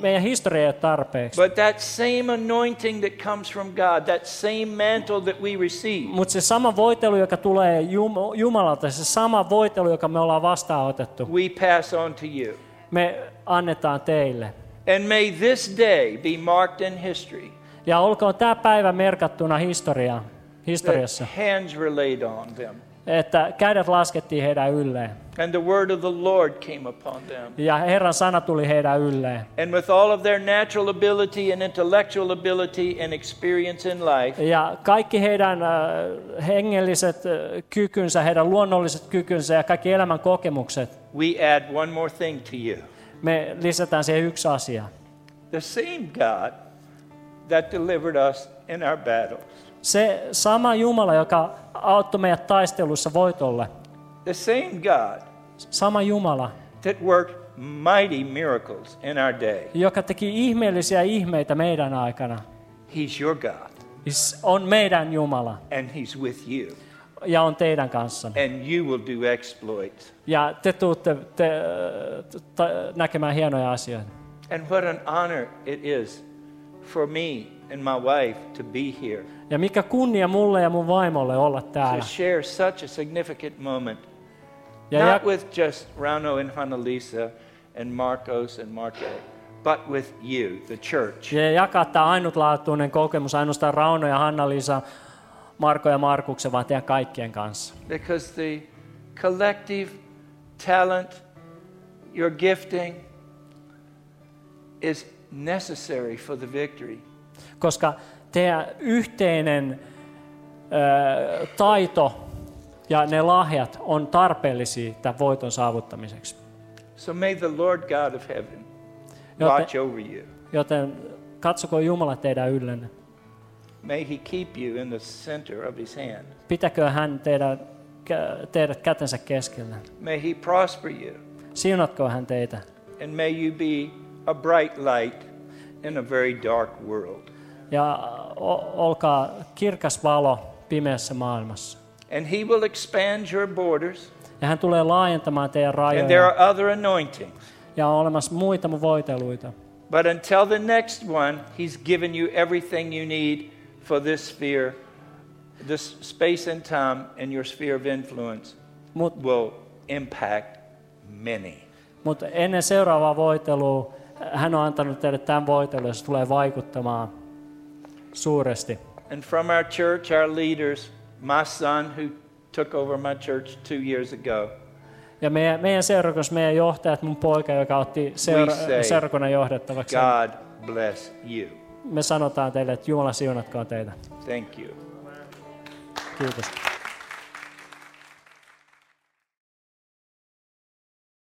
[SPEAKER 3] meidän historia ei ole tarpeeksi.
[SPEAKER 2] But that same anointing that comes from God, that same mantle that we receive,
[SPEAKER 3] Mutta se sama voitelu, joka tulee Jum- Jumalalta, se sama voitelu, joka me ollaan vastaanotettu,
[SPEAKER 2] we pass on to you.
[SPEAKER 3] me annetaan teille.
[SPEAKER 2] And may this day be marked in history
[SPEAKER 3] Ja olkoon tämä päivä merkattuna historiaan,
[SPEAKER 2] that
[SPEAKER 3] historiassa,
[SPEAKER 2] hands were laid on them,
[SPEAKER 3] että kädet laskettiin heidän ylleen.
[SPEAKER 2] and the word of the Lord came upon them.
[SPEAKER 3] Ja Herran sana tuli heidän ylleen.
[SPEAKER 2] And with all of their natural ability and intellectual ability and experience in life,
[SPEAKER 3] Ja kaikki heidän äh, hengelliset äh, kykynsä, heidän luonnolliset kykynsä ja kaikki elämän kokemukset,
[SPEAKER 2] we add one more thing to you.
[SPEAKER 3] me lisätään siihen yksi asia.
[SPEAKER 2] The same God that delivered us in our battles,
[SPEAKER 3] Se sama Jumala, joka auttoi meidät taistelussa voitolle,
[SPEAKER 2] the same God
[SPEAKER 3] sama Jumala,
[SPEAKER 2] that worked mighty miracles in our day,
[SPEAKER 3] joka teki ihmeellisiä ihmeitä meidän aikana,
[SPEAKER 2] He's your God,
[SPEAKER 3] is- on meidän Jumala
[SPEAKER 2] and He's with you,
[SPEAKER 3] ja on teidän kanssanne.
[SPEAKER 2] and you will do exploits.
[SPEAKER 3] Ja te tuutte te, äh, ta, näkemään hienoja asioita.
[SPEAKER 2] And what an honor it is for me and my wife to be here,
[SPEAKER 3] Ja mikä kunnia mulle ja mun vaimolle olla
[SPEAKER 2] to
[SPEAKER 3] täällä.
[SPEAKER 2] share such a significant moment,
[SPEAKER 3] Ja
[SPEAKER 2] not
[SPEAKER 3] jak-
[SPEAKER 2] with just Rano and Hanalisa and Marcos and Marte, but with you, the church.
[SPEAKER 3] ja jakaa tämä ainutlaatuinen kokemus ainoastaan Rauno ja Hanna-Liisa, Marko ja Markuksen, vaan teidän kaikkien kanssa.
[SPEAKER 2] Because the collective talent, your gifting, is necessary for the victory.
[SPEAKER 3] Koska teidän yhteinen ö, taito ja ne lahjat on tarpeellisia tämän voiton saavuttamiseksi.
[SPEAKER 2] So may the Lord God of heaven
[SPEAKER 3] Joten-
[SPEAKER 2] watch over you.
[SPEAKER 3] Joten katsoko Jumala teidän yllenne.
[SPEAKER 2] May he keep you in the center of his hand.
[SPEAKER 3] Pitäkö hän teidän, kä- teidät kätensä keskellä?
[SPEAKER 2] May he prosper you.
[SPEAKER 3] Siunatko hän teitä?
[SPEAKER 2] And may you be a bright light in a very dark world.
[SPEAKER 3] Ja o- olkaa kirkas valo pimeässä maailmassa.
[SPEAKER 2] And he will expand your borders.
[SPEAKER 3] Ja hän tulee laajentamaan teidän
[SPEAKER 2] And there
[SPEAKER 3] rajoja.
[SPEAKER 2] are other anointings
[SPEAKER 3] ja on olemassa muita mun voiteluita.
[SPEAKER 2] But until the next one, He's given you everything you need for this sphere, this space and time, and your sphere of influence
[SPEAKER 3] Mutta
[SPEAKER 2] will impact many.
[SPEAKER 3] Mutta ennen seuraavaa voitelua äh, hän on antanut teille tämän voitelun, jos tulee vaikuttamaan suuresti.
[SPEAKER 2] And from our church, our leaders, my son who took over my church two years ago,
[SPEAKER 3] Ja meidän, meidän seurakunnassa meidän johtajat, mun poika, joka otti seura,
[SPEAKER 2] We say,
[SPEAKER 3] seurakunnan johdettavaksi,
[SPEAKER 2] God bless you.
[SPEAKER 3] me sanotaan teille, että Jumala siunatkaa teitä.
[SPEAKER 2] Thank you.
[SPEAKER 3] Kiitos.